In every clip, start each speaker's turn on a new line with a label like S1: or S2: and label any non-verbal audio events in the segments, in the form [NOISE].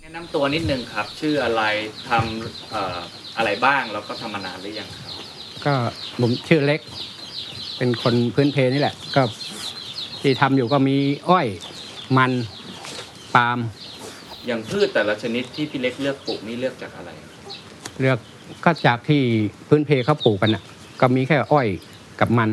S1: แนะนำตัวนิดนึงครับ ชื่ออะไรทำเอ่ออะไรบ้างแล้วก็ทำมานานหรือยังครับ
S2: ก็ผมชื่อเล็ก เป็นคนพื้นเพนี่แหละ ก็ที่ทำอยู่ก็มีอ้อย มันปาล์ม
S1: อย่างพืชแต่ละชนิดที่พี่เล็กเลือกปลูกนี่เลือกจากอะไรครับ
S2: เลือกก็จากที่พื้นเพเขาปลูกกันอ่ะ ก็มีแค่อ้อยกับมัน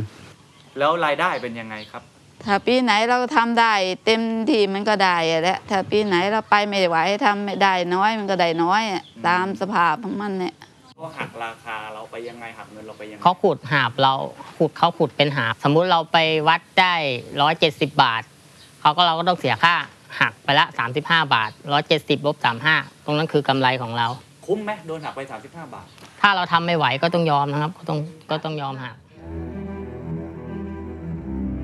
S1: แล้วรายได้เป็นยังไงครับ
S3: ถ้าปีไหนเราทำได้ เต็มที่มันก็ได้อะแหละถ้าปีไหนเราไปไม่ไหวทำไม่ได้น้อยมันก็ได้น้อยอะ
S1: อืม
S3: ตามสภาพของมันเนี่ย
S1: ก็หักราคาเราไปยังไงหักเงินเราไปยังไง
S4: เขาขูดหาบเราขูดเขาขูดเป็นหาบ สมมุติเราไปวัดได้ร้อยเจ็ดสิบบาทเขาก็เราก็ต้องเสียค่าหักไปละสามสิบห้าบาทร้อยเจ็ดสิบลบสามห้าตรงนั้นคือกำไรของเรา
S1: คุ้มไหมโดนหักไป 35 บาท
S4: ถ้าเราทำไม่ไหวก็ต้องยอมนะครับ ก็ต้องก็ต้องยอมหัก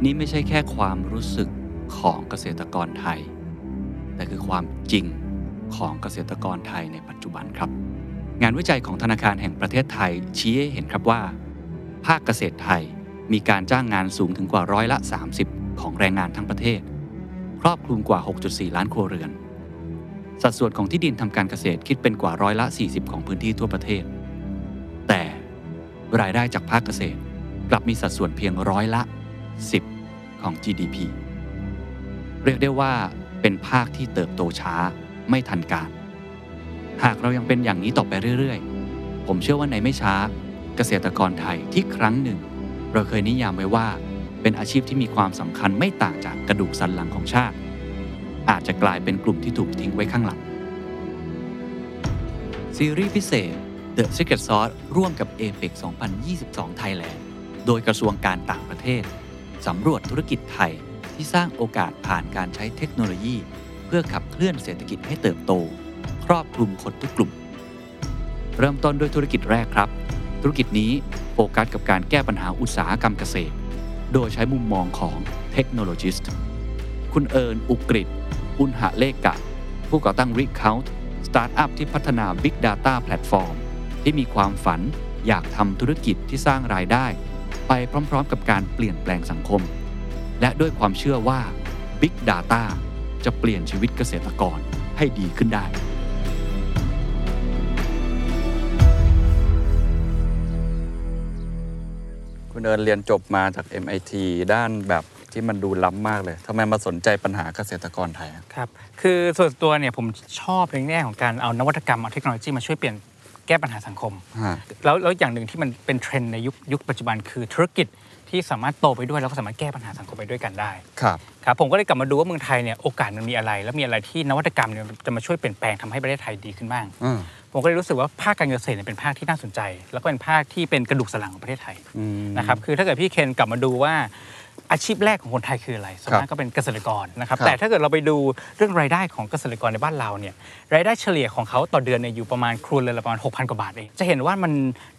S5: นี่ไม่ใช่แค่ความรู้สึกของเกษตรกรไทย แต่คือความจริงของเกษตรกรไทยในปัจจุบันครับ งานวิจัยของธนาคารแห่งประเทศไทยชี้ให้เห็นครับว่า ภาคเกษตรไทยมีการจ้างงานสูงถึงกว่าร้อยละ 30 ของแรงงานทั้งประเทศ ครอบคลุมกว่า 6.4 ล้านครัวเรือน สัดส่วนของที่ดินทำการเกษตรคิดเป็นกว่าร้อยละ 40 ของพื้นที่ทั่วประเทศ แต่รายได้จากภาคเกษตรกลับมีสัดส่วนเพียงร้อยละ 10 ของ GDP เรียกได้ว่าเป็นภาคที่เติบโตช้าไม่ทันการ หากเรายังเป็นอย่างนี้ต่อไปเรื่อยๆ ผมเชื่อว่าในไม่ช้า เกษตรกรไทยที่ครั้งหนึ่ง เราเคยนิยามไว้ว่า เป็นอาชีพที่มีความสำคัญไม่ต่างจากกระดูกสันหลังของชาติ อาจจะกลายเป็นกลุ่มที่ถูกทิ้งไว้ข้างหลัง ซีรีส์พิเศษ The Secret Sauce ร่วมกับ APEC 2022 Thailand โดยกระทรวงการต่างประเทศ สำรวจธุรกิจไทยที่สร้างโอกาสผ่านการใช้เทคโนโลยี เพื่อขับเคลื่อนเศรษฐกิจให้เติบโต ครอบคลุมคนทุกกลุ่ม เริ่มต้นด้วยธุรกิจแรกครับ ธุรกิจนี้โฟกัสกับการแก้ปัญหาอุตสาหกรรมเกษตร โดยใช้มุมมองของเทคโนโลยิสต์ คุณเอิญอุกฤษอุณหะเลขกะ ผู้ก่อตั้ง r e c o u n t สตาร์ทอัพที่พัฒนา Big Data Platform ที่มีความฝันอยากทำธุรกิจที่สร้างรายได้ ไปพร้อมๆ กับการเปลี่ยนแปลงสังคม และด้วยความเชื่อว่า Big Data จะเปลี่ยนชีวิตเกษตรกรให้ดีขึ้นได้
S6: คุณเอิญเรียนจบมาจาก MIT ด้านแบบที่มันดูล้ำมากเลย ทำไมมาสนใจปัญหาเกษตรกรไทยอะ
S7: ครับ คือส่วนตัวเนี่ยผมชอบในแง่ของการเอานวัตกรรม เอาเทคโนโลยีมาช่วยเปลี่ยนแก้ปัญหาสังคม
S6: ฮะ
S7: แล้วแล้วอย่างหนึ่งที่มันเป็นเทรนด์ในยุคยุคปัจจุบันคือธุรกิจที่สามารถโตไปด้วยแล้วก็สามารถแก้ปัญหาสังคมไปด้วยกันได้
S6: ครับ
S7: ครับผมก็เลยกลับมาดูว่าเมืองไทยเนี่ยโอกาสมันมีอะไร แล้วมีอะไรที่นวัตกรรมเนี่ยจะมาช่วยเปลี่ยนแปลงทำให้ประเทศไทยดีขึ้นบ้าง
S6: อืม
S7: ผมก็เลยรู้สึกว่าภาคการเกษตรเนี่ยเป็นภาคที่น่าสนใจ แล้วก็เป็นภาคที่เป็นกระดูกสันหลังของประเทศไทย
S6: อืม
S7: นะครับคือถ้าเกิดพี่เคนกลับมาดูว่าอาชีพแรกของคนไทยคืออะไรส่วน
S6: ค
S7: มา
S6: รั
S7: ก
S6: บ
S7: ก็เป็นเกษตรกรนะครับ
S6: ครับ
S7: แต่ถ้าเกิดเราไปดูเรื่องรายได้ของเกษตรกรในบ้านเราเนี่ยรายได้เฉลี่ยของเขาต่อเดือนเนี่ยอยู่ประมาณครัวเรือนละประมาณ 6,000 กว่าบาทเองจะเห็นว่ามัน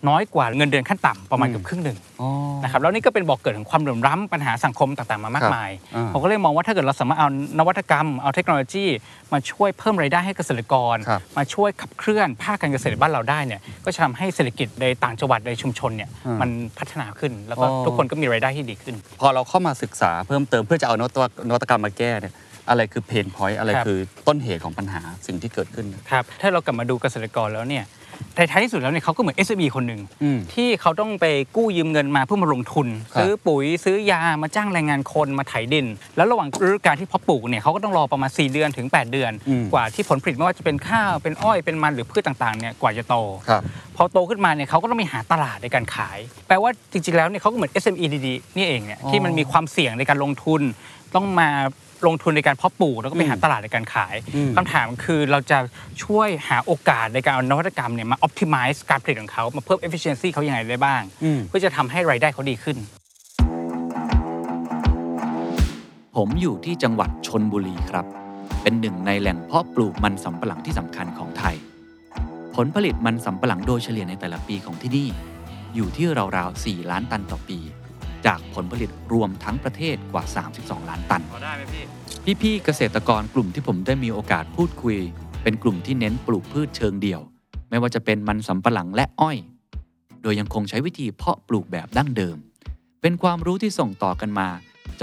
S7: น้อยกว่าเงินเดือนขั้นต่ำประมาณเกือบครึ่งหนึ่ง
S6: อ๋อ
S7: นะครับแล้วนี่ก็เป็นบอกเกิดของความเหลื่อมล้ำปัญหาสังคมต่างๆมามากมาย
S6: อ่า
S7: ผมก็เลยมองว่าถ้าเกิดเราสามารถเอานวัตกรรมเอาเทคโนโลยี มาช่วยเพิ่มรายได้ให้เกษตรกร
S6: ครับ
S7: มาช่วยขับเคลื่อนภาคการเกษตรบ้านเราได้เนี่ยก็จะทำให้เศรษฐกิจในต่างจังหวัดในชุมชนเนี่ย
S6: อืม
S7: มันพัฒนาขึ้น แล้วก็
S6: อ๋อ
S7: ทุกคนก็มีรายได้ที่ดีขึ้น
S6: พอเราเข้ามาศึกษาเพิ่มเติมเพื่อจะเอานวัตนวัตกรรมมาแก้เนี่ย อะไรคือเพนพอยต์อะไร
S7: ครับ
S6: คือต้นเหตุของปัญหาสิ่งที่เกิดขึ้นนะครับ
S7: ถ้าเรากลับมาดูเกษตรกรแล้วเนี่ยในท้ายที่สุดแล้วเนี่ยเขาก็เหมือน SME คนหนึ่ง
S6: อืม
S7: ที่เขาต้องไปกู้ยืมเงินมาเพื่อมาลงทุน
S6: ครับ
S7: ซื้อปุ๋ยซื้อยามาจ้างแรงงานคนมาไถดิน แล้วระหว่างฤดูกาลที่เพาะปลูกเนี่ยเขาก็ต้องรอประมาณ 4 เดือนถึง 8 เดือน
S6: อืม
S7: กว่าที่ผลผลิตไม่ว่าจะเป็นข้าวเป็นอ้อยเป็นมันหรือพืชต่างๆเนี่ยกว่าจะโต
S6: ครับ
S7: พอโตขึ้นมาเนี่ยเขาก็ต้องไปหาตลาดในการขาย แปลว่าจริงๆ แล้วเนี่ยเขาก็เหมือน SME ดีๆ นี่เองเนี่ย
S6: อ๋อ
S7: ที่มันมีความเสี่ยงในการลงทุน ต้องมาลงทุนในการเพาะปลูกแล้วก็ไปหาตลาดในการขาย
S6: อืม
S7: คำถามคือเราจะช่วยหาโอกาสในการเอานวัตกรรมเนี่ยมา optimize การผลิตของเขามาเพิ่ม efficiency เขายังไงได้บ้าง
S6: อืม
S7: เพื่อจะทำให้รายได้เขาดีขึ้น
S5: ผมอยู่ที่จังหวัดชนบุรีครับ เป็นหนึ่งในแหล่งเพาะปลูกมันสำปะหลังที่สำคัญของไทย ผลผลิตมันสำปะหลังโดยเฉลี่ยในแต่ละปีของที่นี่ อยู่ที่ราวๆ 4 ล้านตันต่อปี จากผลผลิตรวมทั้งประเทศกว่า 32 ล้านตัน พี่ๆเกษตรกรกลุ่มที่ผมได้มีโอกาสพูดคุย เป็นกลุ่มที่เน้นปลูกพืชเชิงเดี่ยว ไม่ว่าจะเป็นมันสำปะหลังและอ้อย โดยยังคงใช้วิธีเพาะปลูกแบบดั้งเดิม เป็นความรู้ที่ส่งต่อกันมา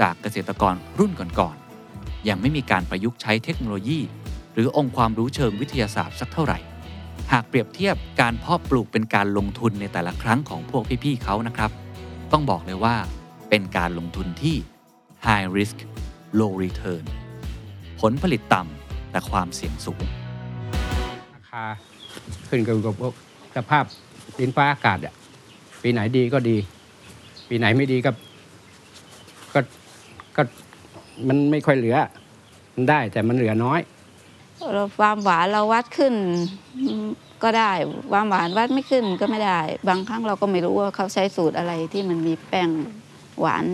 S5: จากเกษตรกรรุ่นก่อนๆ ยังไม่มีการประยุกต์ใช้เทคโนโลยี ห รือองค์ความรู้เชิงวิทยาศาสตร์สักเท่าไหร่ หากเปรียบเทียบการเพาะปลูกเป็นการลงทุนในแต่ละครั้งของพวกพี่ๆเขานะครับ ต้องบอกเลยว่าเป็นการลงทุนที่ high risk low return ผลผลิตต่ำแต่ความเสี่ยงสูง
S2: ราคาขึ้นกับกับสภาพดินฟ้าอากาศอ่ะปีไหนดีก็ดี ปีไหนไม่ดีก็ก็ก็มันไม่ค่อยเหลือ มันได้แต่มันเหลือน้อย
S3: เราความหวานเราวัดขึ้นก็ได้ ความหวานวัดไม่ขึ้นก็ไม่ได้ บางครั้งเราก็ไม่รู้ว่าเขาใช้สูตรอะไรที่มันมีแป้งหวาน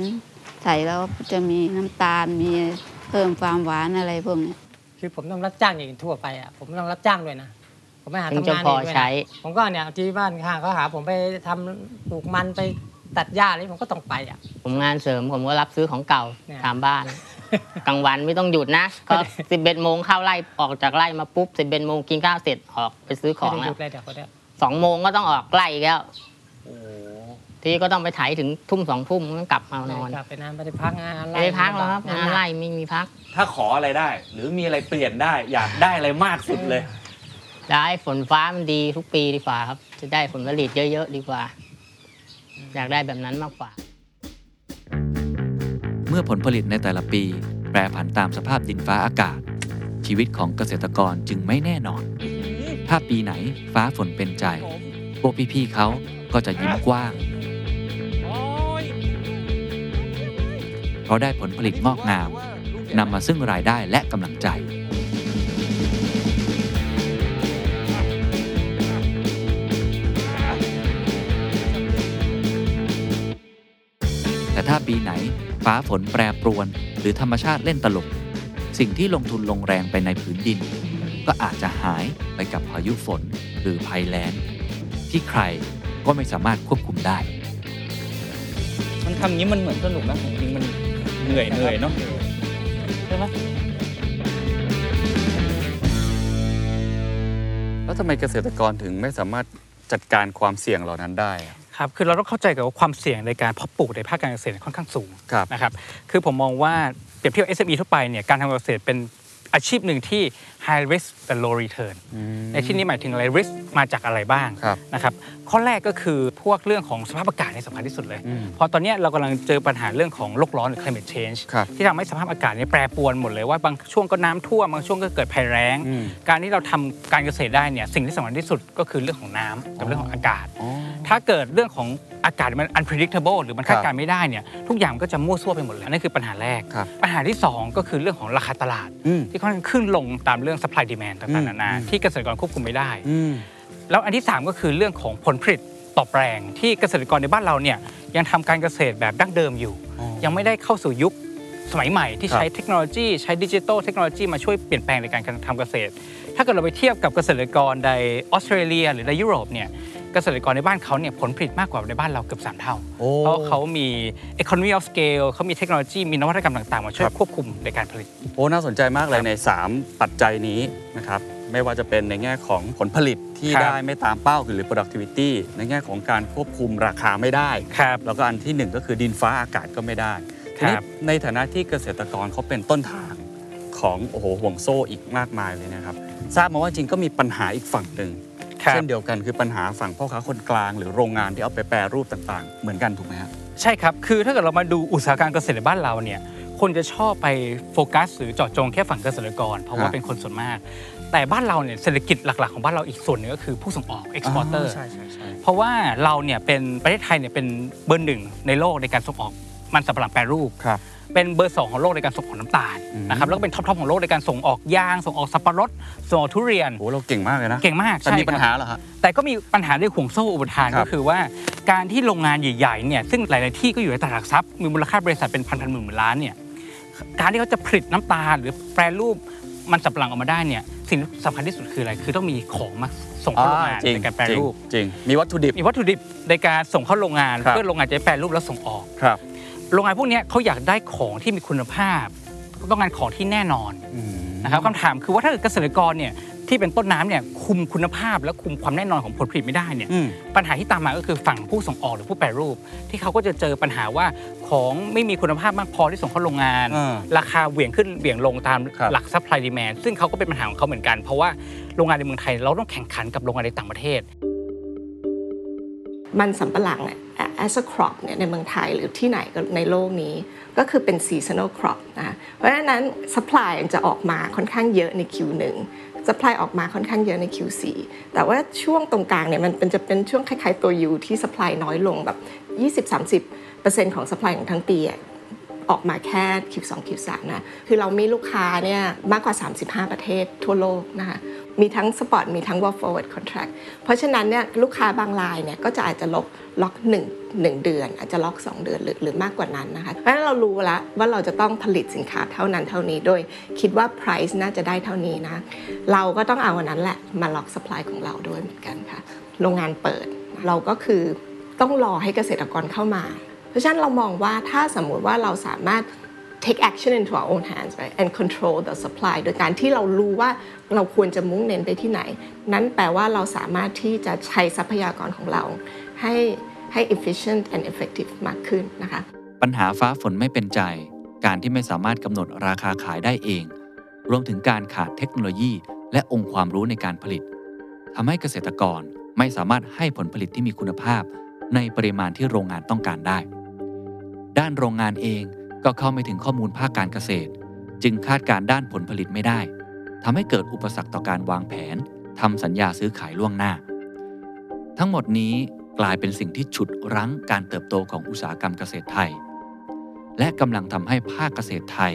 S3: ใส่แล้วจะมีน้ำตาลมีเพิ่มความหวานอะไรพวกเนี้ย
S8: คือผมต้องรับจ้างอย่างอื่นทั่วไปอ่ะผมต้องรับจ้างด้วยนะ ผมไม่หา
S4: ถึง
S8: ทำ
S4: จะ
S8: งาน
S4: พอ
S8: เงด้วยนะ
S4: ใช้
S8: ผมก็เนี่ยที่บ้านข้างเขาหา ผมไปทำปลูกมันไปตัดหญ้าอะไรผมก็ต้องไปอ่ะ
S4: ผมงานเสริมผมก็รับซื้อของเก่า
S8: เนี่ย
S4: ตามบ้าน กลางวันไม่ต้องหยุดนะ ก็สิบเอ็ดโมงเข้าไร่ออกจากไร่มาปุ๊บสิบเอ็ดโมงกินข้าวเสร็จออกไปซื้อของ
S8: ไม่ได้ห
S4: แล้
S8: ยุ
S4: ว
S8: ดเลยเดี๋ยวคนเนี้ย
S4: สองโมงก็ต้องออกไร่อีกแล้วทีนี้ก็ต้องไปไถถึงทุ่มสองทุ่มก็กลับมานอน
S8: กลับไปนานไม่ได้พักงาน
S4: ไม่ได้พักแล้วครับ
S8: งาง
S4: าน
S8: นไร่
S4: ไร่ไม่มีพัก
S1: ถ้าขออะไรได้ หรือมีอะไรเปลี่ยนได้อยากได้อะไรมากสุดเลย
S4: ได้ฝนฟ้ามันดีทุกปีดีกว่าครับ จะได้ผลผลิตเยอะๆดีกว่า อยากได้แบบนั้นมากกว่า
S5: เมื่อผลผลิตในแต่ละปี แปรผันตามสภาพดินฟ้าอากาศ ชีวิตของเกษตรกรจึงไม่แน่นอน ถ้าปีไหนฟ้าฝนเป็นใจ พวกพี่ๆเขาก็จะยิ้มกว้าง เพราะได้ผลผลิตงอกงามนำมาซึ่งรายได้และกำลังใจ แต่ถ้าปีไหนฟ้าฝนแปรปรวน หรือธรรมชาติเล่นตลก สิ่งที่ลงทุนลงแรงไปในผืนดิน ก็อาจจะหายไปกับพายุฝนหรือภัยแล้ง ที่ใครก็ไม่สามารถควบคุมได้
S6: มันทำอย่างนี้มันเหมือนสนุกนะจริงๆมันเหนื่อยเหนื่อยๆเนาะ แล้วทำไมเกษตรกรถึงไม่สามารถจัดการความเสี่ยงเหล่านั้นได้อะ
S7: ครับคือเราต้องเข้าใจกับว่าความเสี่ยงในการเพาะปลูกในภาคการเกษตรเนี่ยค่อนข้างสูง
S6: ครับ
S7: นะครับ คือผมมองว่าเปรียบเทียบ SME ทั่วไปเนี่ย การทำเกษตรเป็นอาชีพหนึ่งที่ high risk แต่ low return ในที่นี้หมายถึงอะไร risk มาจากอะไรบ้าง
S6: ครับ
S7: นะครับ ข้อแรกก็คือพวกเรื่องของสภาพอากาศเนี่ยสำคัญที่สุดเลย
S6: อืม
S7: เพราะตอนเนี้ยเรากำลังเจอปัญหาเรื่องของโลกร้อนหรือ climate change
S6: ครับ
S7: ที่ทำให้สภาพอากาศเนี่ยแปรปรวนหมดเลยว่าบางช่วงก็น้ำท่วมบางช่วงก็เกิดภัยแล้ง
S6: อืม
S7: การที่เราทำการเกษตรได้เนี่ยสิ่งที่สำคัญที่สุดก็คือเรื่องของน้ำกับเรื่องของอากาศ
S6: อ๋อ
S7: ถ้าเกิดเรื่องของอากาศมัน unpredictable หรือมัน
S6: ครับ
S7: คาดการณ์ไม่ได้เนี่ยทุกอย่างมันก็จะมั่วซั่วไปหมดเลยอันนั่นคือปัญหาแรก
S6: ครับ
S7: ปัญหาที่สองก็คือเรื่องของราคาตลาด
S6: อืม
S7: ที่ค่อนข้างขึ้นลงตามเรื่อง supply demand ต่างๆนานา
S6: อืม
S7: ที่เกษตรกรควบคุมไม่ได้
S6: อืม
S7: แล้วอันที่ 3 ก็คือเรื่องของผลผลิตต่อแปลง ที่เกษตรกรในบ้านเราเนี่ยยังทำการเกษตรแบบดั้งเดิมอยู่ ยังไม่ได้เข้าสู่ยุคสมัยใหม่ที่
S6: ครับ
S7: ใช้เทคโนโลยีใช้ดิจิ t a ลเทคโนโลยีมาช่วยเปลี่ยนแปลงในการทำเกษตร ถ้าเกิดเราไปเทียบกับเกษตรกรในออสเตรเลียหรือในยุโรปเนี่ยเกษตรกรในบ้านเขาเนี่ยผลผลิตมากกว่าในบ้านเราเกือบ 3 เท่า
S6: โอ้
S7: เพราะเขามี economy of scale เขามีเทคโนโลยีมีนวัตกรรมต่างๆ มาช่วย
S6: ครับ
S7: ควบคุมในการผลิต
S6: โอ้น่าสนใจมากเลยใน 3 ปัจจัยนี้นะครับ ไม่ว่าจะเป็นในแง่ของผลผลิตที่
S7: ครับ
S6: ได้ไม่ตามเป้าหรือ productivity ในแง่ของการควบคุมราคาไม่ได้
S7: ครับ
S6: แล้วก็อันที่หนึ่งก็คือดินฟ้าอากาศก็ไม่ได้ที
S7: ครับ
S6: นี้ในฐานะที่เกษตรกรเขาเป็นต้นทางของโอ้โหห่วงโซ่อีกมากมายเลยนะครับ ทราบมาว่าจริงก็มีปัญหาอีกฝั่งหนึ่ง
S7: ครับ
S6: เช่นเดียวกันคือปัญหาฝั่งพ่อค้าคนกลาง หรือโรงงานที่เอาไปแปรรูปต่าง ๆ เหมือนกันถูกไหมครับ
S7: ใช่ครับ คือถ้าเกิดเรามาดูอุตสาหกรรมเกษตรในบ้านเราเนี่ย คนจะชอบไปโฟกัสหรือเจาะจงแค่ฝั่งเกษตรกร เพราะว่า
S6: ฮะ
S7: เป็นคนส่วนมาก แต่บ้านเราเนี่ยเศรษฐกิจหลัก ๆ ของบ้านเราอีกส่วนหนึงก็คือผู้ส่งออกเอ็กซ์พอร์เตอร์
S6: าใช่ใช่ใช่
S7: เพราะว่าเราเนี่ยเป็นประเทศไทยเนี่ยเป็นเบอร์หนึ่งในโลกในการส่งออกมันสำปะหลังแปรรูป
S6: ครับ
S7: เป็นเบอร์สองของโลกในการส่งออกน้ำตาล
S6: อืม
S7: นะครับ แล้วก็เป็นท็อปทของโลกในการส่งออกยาง ส่งออกสับปะรด ส่งออกทุเรียน
S6: โอ้โหเราเก่งมากเลยนะ
S7: เก่งมาก
S6: แต่
S7: ใช่
S6: มีปัญ
S7: ครับ
S6: หาเหรอฮะ
S7: แต่ก็มีปัญหาเรื่องห่วงโซ่อุปทาน
S6: ครับ
S7: ก็คือว่าการที่โรงงานใหญ่ๆเนี่ยซึ่งหลาย ๆ ที่ก็อยู่ในตลาดหลักทรัพย์มีมูลค่าบริษัทเป็นพันๆหมื่นหมื่นล้านเนี่ยการที่เขาจะผลิตน้ำตาลหรือแปรรูปมันสับหลังออกมาได้เนี่ยสิ่งสำคัญที่สุดคืออะไร คือต้องมีของมาส่งเข้าโรงงา
S6: าน
S7: ในการแปรรูป
S6: จริงจริง มีวัตถุดิบ
S7: มีวัตถุดิบในการส่งเข้าโรงงาน
S6: ครับ
S7: เพื่อโรงงานจะได้แปรรูปแล้วส่งออก
S6: ครับ
S7: โรงงานพวกเนี้ยเขาอยากได้ของที่มีคุณภาพต้องการของที่แน่นอน
S6: อืม
S7: นะครับคำถามคือว่าถ้าเกิดเกษตรกรเนี่ย ที่เป็นต้นน้ำเนี่ยคุมคุณภาพและคุมความแน่นอนของผลผลิตไม่ได้เนี่ย
S6: อืม
S7: ปัญหาที่ตามมาก็คือฝั่งผู้ส่งออกหรือผู้แปรรูป ที่เขาก็จะเจอปัญหาว่าของไม่มีคุณภาพมากพอที่ส่งเข้าโรงงาน
S6: อ่า
S7: ราคาเหวี่ยงขึ้นเหวี่ยงลงตาม
S6: ครับ
S7: หลักซัพพลายดีแมนซึ่งเขาก็เป็นปัญหาของเขาเหมือนกัน เพราะว่าโรงงานในเมืองไทยเราต้องแข่งขันกับโรงงานในต่างประเทศ
S9: มันสำปะหลังเนี่ย as a crop เนี่ยในเมืองไทยหรือที่ไหนก็ในโลกนี้ก็คือเป็น seasonal crop นะคะเพราะฉะนั้น supply จะออกมาค่อนข้างเยอะใน Q1 supply ออกมาค่อนข้างเยอะใน Q4 แต่ว่าช่วงตรงกลางเนี่ยมันเป็นจะเป็นช่วงคล้ายๆตัว U ที่ supply น้อยลงแบบ 20-30%ของ supply ของทั้งปีอะ ออกมาแค่ Q2 Q3 นะ คือเรามีลูกค้าเนี่ยมากกว่า 35 ประเทศทั่วโลกนะคะ มีทั้งสปอร์ตมีทั้ง work forward contract เพราะฉะนั้นเนี่ยลูกค้าบางรายเนี่ยก็จะอาจจะล็อกล็อก1 1 เดือน อาจจะล็อก 2 เดือนหรือหรือมากกว่านั้นนะคะ เพราะฉะนั้นเรารู้แล้วว่าเราจะต้องผลิตสินค้าเท่านั้นเท่านี้ โดยคิดว่า price น่าจะได้เท่านี้นะ เราก็ต้องเอาอันนั้นแหละมาล็อก supply ของเราด้วยเหมือนกันค่ะ โรงงานเปิดเราก็คือต้องรอให้เกษตรกรเข้ามา เพราะฉะนั้นเรามองว่าถ้าสมมุติว่าเราสามารถ take action into our own hands right and control the supply โดยการที่เรารู้ว่าเราควรจะมุ่งเน้นไปที่ไหน นั้นแปลว่าเราสามารถที่จะใช้ทรัพยากรของเรา ให้ให้ efficient and effective มากขึ้นนะคะ
S5: ปัญหาฟ้าฝนไม่เป็นใจ การที่ไม่สามารถกำหนดราคาขายได้เอง รวมถึงการขาดเทคโนโลยี และองค์ความรู้ในการผลิตทำให้เกษตรกรไม่สามารถให้ผลผลิตที่มีคุณภาพ ในปริมาณที่โรงงานต้องการได้ ด้านโรงงานเองก็เข้าไม่ถึงข้อมูลภาคการเกษตร จึงคาดการณ์ด้านผลผลิตไม่ได้ทำให้เกิดอุปสรรคต่อการวางแผนทำสัญญาซื้อขายล่วงหน้า ทั้งหมดนี้กลายเป็นสิ่งที่ฉุดรั้งการเติบโตของอุตสาหกรรมเกษตรไทย และกำลังทำให้ภาคเกษตรไทย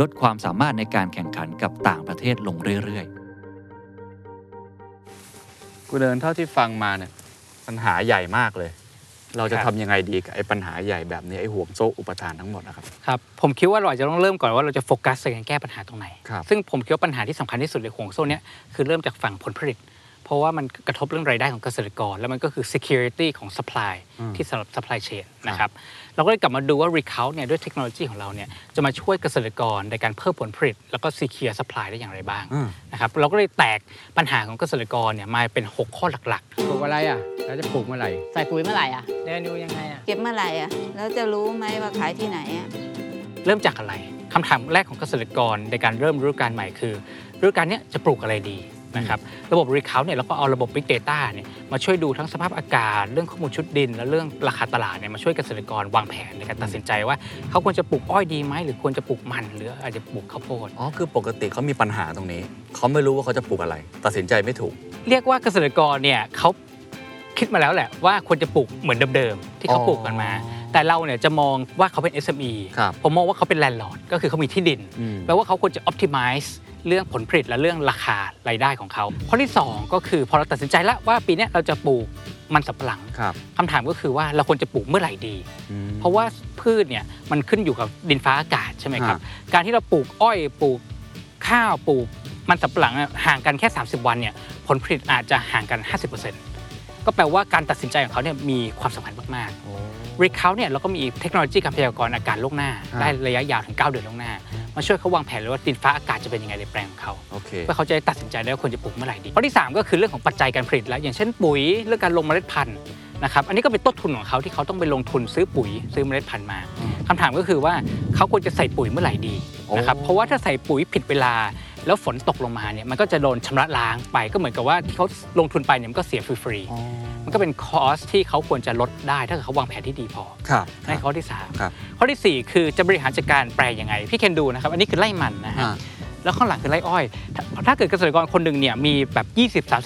S5: ลดความสามารถในการแข่งขันกับต่างประเทศลงเรื่อย ๆ
S6: กูเดินเท่าที่ฟังมาเนี่ยปัญหาใหญ่มากเลย เราจะ
S7: ค
S6: ทำ
S7: รับ
S6: ยังไงดีกับไอ้ปัญหาใหญ่แบบนี้ไอ้ห่วงโซ่อุปทานทั้งหมดนะครับ
S7: ครับผมคิดว่าเราอาจจะต้องเริ่มก่อนว่าเราจะโฟกัสในการแก้ปัญหาตรงไหน
S6: ครับ
S7: ซึ่งผมคิดว่าปัญหาที่สำคัญที่สุดในห่วงโซ่เนี้ยคือเริ่มจากฝั่งผลผลิต เพราะว่ามันกระทบเรื่องรายได้ของเกษตรกร แล้วมันก็คือ security ของ supply ที่สำหรับ supply chain นะครับเราก็เลยกลับมาดูว่า recount เนี่ยด้วยเทคโนโลยีของเราเนี่ยจะมาช่วยเกษตรกรในการเพิ่มผลผลิต แล้วก็ secure supply ได้อย่างไรบ้างนะครับเราก็เลยแตกปัญหาของเกษตรกรเนี่ยมาเป็น 6 ข้อหลักๆ
S2: ปลูกอะไรอ่ะแล้วจะปลูกเมื่อไหร่
S4: ใส่ปุ๋ยเมื่อไหร่อ่ะ
S8: เดินดูยังไงอ่ะ
S3: เก็บเมื่อไหร่อ่ะแล้วจะรู้ไหมว่าขายที่ไหนอ่ะ
S7: เริ่มจากอะไรคำถามแรกของเกษตรกรในการเริ่มฤดูกาลใหม่คือฤดูกาลเนี้ยจะปลูกอะไรดีนะครับระบบ Recount เนี่ยเราก็เอาระบบ Big Data เนี่ยมาช่วยดูทั้งสภาพอากาศ เรื่องข้อมูลชุดดิน และเรื่องราคาตลาดเนี่ยมาช่วยเกษตรกรวางแผนในการตัดสินใจว่า เขาควรจะปลูกอ้อยดีไหมหรือควรจะปลูกมันหรืออาจจะปลูกข้าวโพด
S6: อ๋อคือปกติเขามีปัญหาตรงนี้ เขาไม่รู้ว่าเขาจะปลูกอะไร ตัดสินใจไม่ถูก
S7: เรียกว่าเกษตรกรเนี่ยเขาคิดมาแล้วแหละว่าควรจะปลูกเหมือนเดิมๆที่เขาปลูกกันมา
S6: อ๋อ
S7: แต่เราเนี่ยจะมองว่าเขาเป็น SME
S6: ครับ
S7: ผมมองว่าเขาเป็นแลนด์ลอร์ดก็คือเขามีที่ดิน
S6: อืม
S7: แปลว่าเขาควรจะ optimize เรื่องผลผลิตและเรื่องราคารายได้ของเขาข้อที่ 2 ก็คือพอเราตัดสินใจแล้วว่าปีเนี้ยเราจะปลูกมันสำปะหลัง
S6: ครับ
S7: คำถามก็คือว่าเราควรจะปลูกเมื่อไหร่ดี เพราะว่าพืชเนี่ยมันขึ้นอยู่กับดินฟ้าอากาศใช่ไหมครับ การที่เราปลูกอ้อยปลูกข้าวปลูกมันสำปะหลังอะห่างกันแค่ 30 วันเนี่ยผลผลิตอาจจะห่างกัน 50%ก็แปลว่าการตัดสินใจของเขาเนี่ยมีความสำคัญมากๆ รีคาวเนี่ยเราก็มีเทคโนโลยีการพยากรณ์อากาศล่วงหน้า
S6: ครับ
S7: ได้ระยะยาวถึง 9 เดือนล่วงหน้า มาช่วยเขาวางแผนเลยว่าดินฟ้าอากาศจะเป็นยังไงในแปลงของเขา
S6: โอเค
S7: เพื่อเขาจะได้ตัดสินใจได้ว่าควรจะปลูกเมื่อไหร่ดีข้อที่ 3 ก็คือเรื่องของปัจจัยการผลิตแล้ว อย่างเช่นปุ๋ยเรื่องการลงเมล็ดพันธุ์นะครับอันนี้ก็เป็นต้นทุนของเขาที่เขาต้องไปลงทุนซื้อปุ๋ยซื้อเมล็ดพันธุ์มาคำถามก็คือว่าเขาควรจะใส่ปุ๋ยเมื่อไหร่ดีนะครับ
S6: โอ้
S7: เพราะว่าถ้าใส่ปุ๋ยผิดเวลา แล้วฝนตกลงมาเนี่ยมันก็จะโดนชำระล้างไปก็เหมือนกับว่าที่เขาลงทุนไปเนี่ยมันก็เสียฟรีๆ มันก็เป็นคอสที่เขาควรจะลดได้ถ้าเกิดเขาวางแผนที่ดีพอ
S6: ครับค
S7: นั่
S6: รั
S7: น
S6: บ
S7: ข้อที่
S6: ครับ
S7: 3 ข้อทีสี่ 4 คือจะบริหารจัดการแปลยังไง พี่เคนดูนะครับ อันนี้คือไล่มันนะฮะ
S6: อ่า
S7: แล้วข้างหลังคือไร่อ้อย ถ้าถ้าเกิดเกษตรกรคนหนึ่งเนี่ยมีแบบ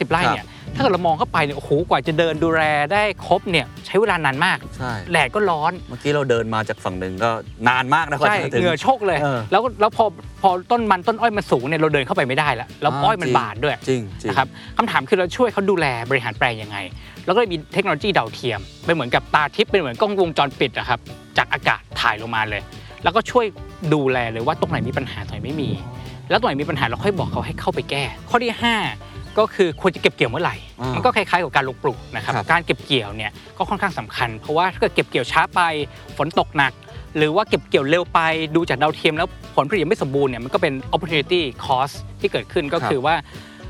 S7: 20-30 ไร่เนี่ย ถ้าเกิดเรามองเข้าไปเนี่ย โอ้โห กว่าจะเดินดูแลได้ครบเนี่ยใช้เวลานานมาก
S6: ใช่
S7: แดดก็ร้อน
S6: เมื่อกี้เราเดินมาจากฝั่งหนึ่งก็นานมากนะกว่า
S7: ใช่
S6: จะถึง
S7: เหงื่อโชกเลย
S6: เออ
S7: แล้วแล้วพอพอต้นมันต้นอ้อยมันสูงเนี่ยเราเดินเข้าไปไม่ได้ละแล้ว
S6: อ่า
S7: อ้อยมั
S6: จ
S7: น
S6: ริง
S7: บาดด้วย
S6: จริงจริง
S7: นะครับคำถามคือเราช่วยเขาดูแลบริหารแปลงยังไง แล้วก็มีเทคโนโลยีดาวเทียม เป็นเหมือนกับตาทิพย์เป็นเหมือนกล้องวงจรปิดอะครับจากอากาศถ่ายลงมาเลย แล้วก็ช่วยดูแลเลยว่าตรงไหนมีปัญหาตรงไหนไม่มี แล้วตรงไหนมีปัญหาเราค่อยบอกเขาให้เข้าไปแก้ ข้อที่ 5 ก็คือควรจะเก็บเกี่ยวเมื่อไหร่
S6: อ่ามั
S7: มันก็คล้ายๆกับการลงปลูกนะครับ
S6: ครับ
S7: การเก็บเกี่ยวเนี่ยก็ค่อนข้างสำคัญ เพราะว่าถ้าเกิดเก็บเกี่ยวช้าไปฝนตกหนัก หรือว่าเก็บเกี่ยวเร็วไปดูจากดาวเทียมแล้วผลผลิตยังไม่สมบูรณ์เนี่ยมันก็เป็น opportunity cost ที่เกิดขึ้นก็คือว่า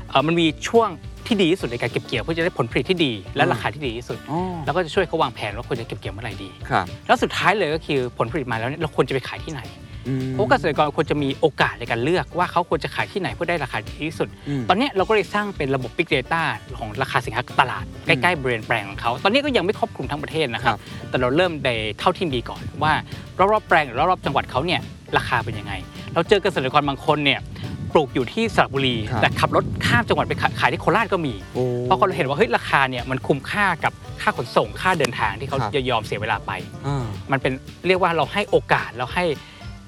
S7: เอ่อมันมีช่วงที่ดีที่สุดในการเก็บเกี่ยวเพื่อจะได้ผลผลิตที่ดี และราคาที่ดีที่สุด
S6: อ๋อ
S7: แล้วก็จะช่วยเขาวางแผนว่าควรจะเก็บเกี่ยวเมื่อไหร่ดี
S6: ครับ
S7: แล้วสุดท้ายเลยก็คือผลผลิตมาแล้วเนี่ยเราควรจะไปขายที่ไหน
S6: อืม
S7: เพราะเกษตรกรควรจะมีโอกาสในการเลือกว่าเขาควรจะขายที่ไหนเพื่อได้ราคาดีที่สุด
S6: ม
S7: ตอนเนี้ยเราก็เลยสร้างเป็นระบบ Big Data ของราคาสินค้าตลาด ใกล้ๆบริเวณแปลงของเขา ตอนนี้ก็ยังไม่ครอบคลุมทั้งประเทศนะครับ แต่เราเริ่มในเท่าที่มีก่อนว่ารอบๆแปลงหรือรอบๆจังหวัดเขาเนี่ยราคาเป็นยังไง เราเจอเกษตรกรบางคนเนี่ยปลูกอยู่ที่สระบุรี
S6: ครับ
S7: แต่ขับรถข้ามจังหวัดไปขายขายที่โคราชก็มี
S6: โอ้
S7: เพราะเขาเห็นว่าเฮ้ยราคาเนี่ยมันคุ้มค่ากับค่าขนส่งค่าเดินทางที่เขา
S6: ครับ
S7: จะยอมเสียเวลาไป
S6: อ่า
S7: มันเป็นเรียกว่าเราให้โอกาสเราให้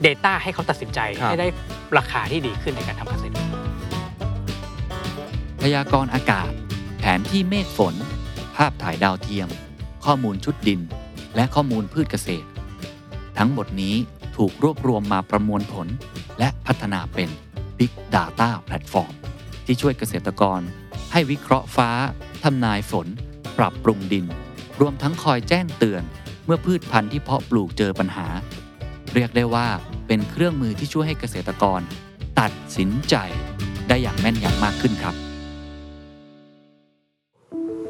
S7: Data ให้เขาตัดสินใจ
S6: ครับ
S7: ให้ได้ราคาที่ดีขึ้นในการทำเกษตร
S5: พยากรณ์อากาศ แผนที่เมฆฝน ภาพถ่ายดาวเทียม ข้อมูลชุดดิน และข้อมูลพืชเกษตร ทั้งหมดนี้ถูกรวบรวมมาประมวลผล และพัฒนาเป็น Big Data Platform ที่ช่วยเกษตรกร ให้วิเคราะห์ฟ้า ทำนายฝน ปรับปรุงดิน รวมทั้งคอยแจ้งเตือน เมื่อพืชพันธุ์ที่เพาะปลูกเจอปัญหา เรียกได้ว่าเป็นเครื่องมือที่ช่วยให้เกษตรกร ตัดสินใจได้อย่างแม่นยำมากขึ้นครับ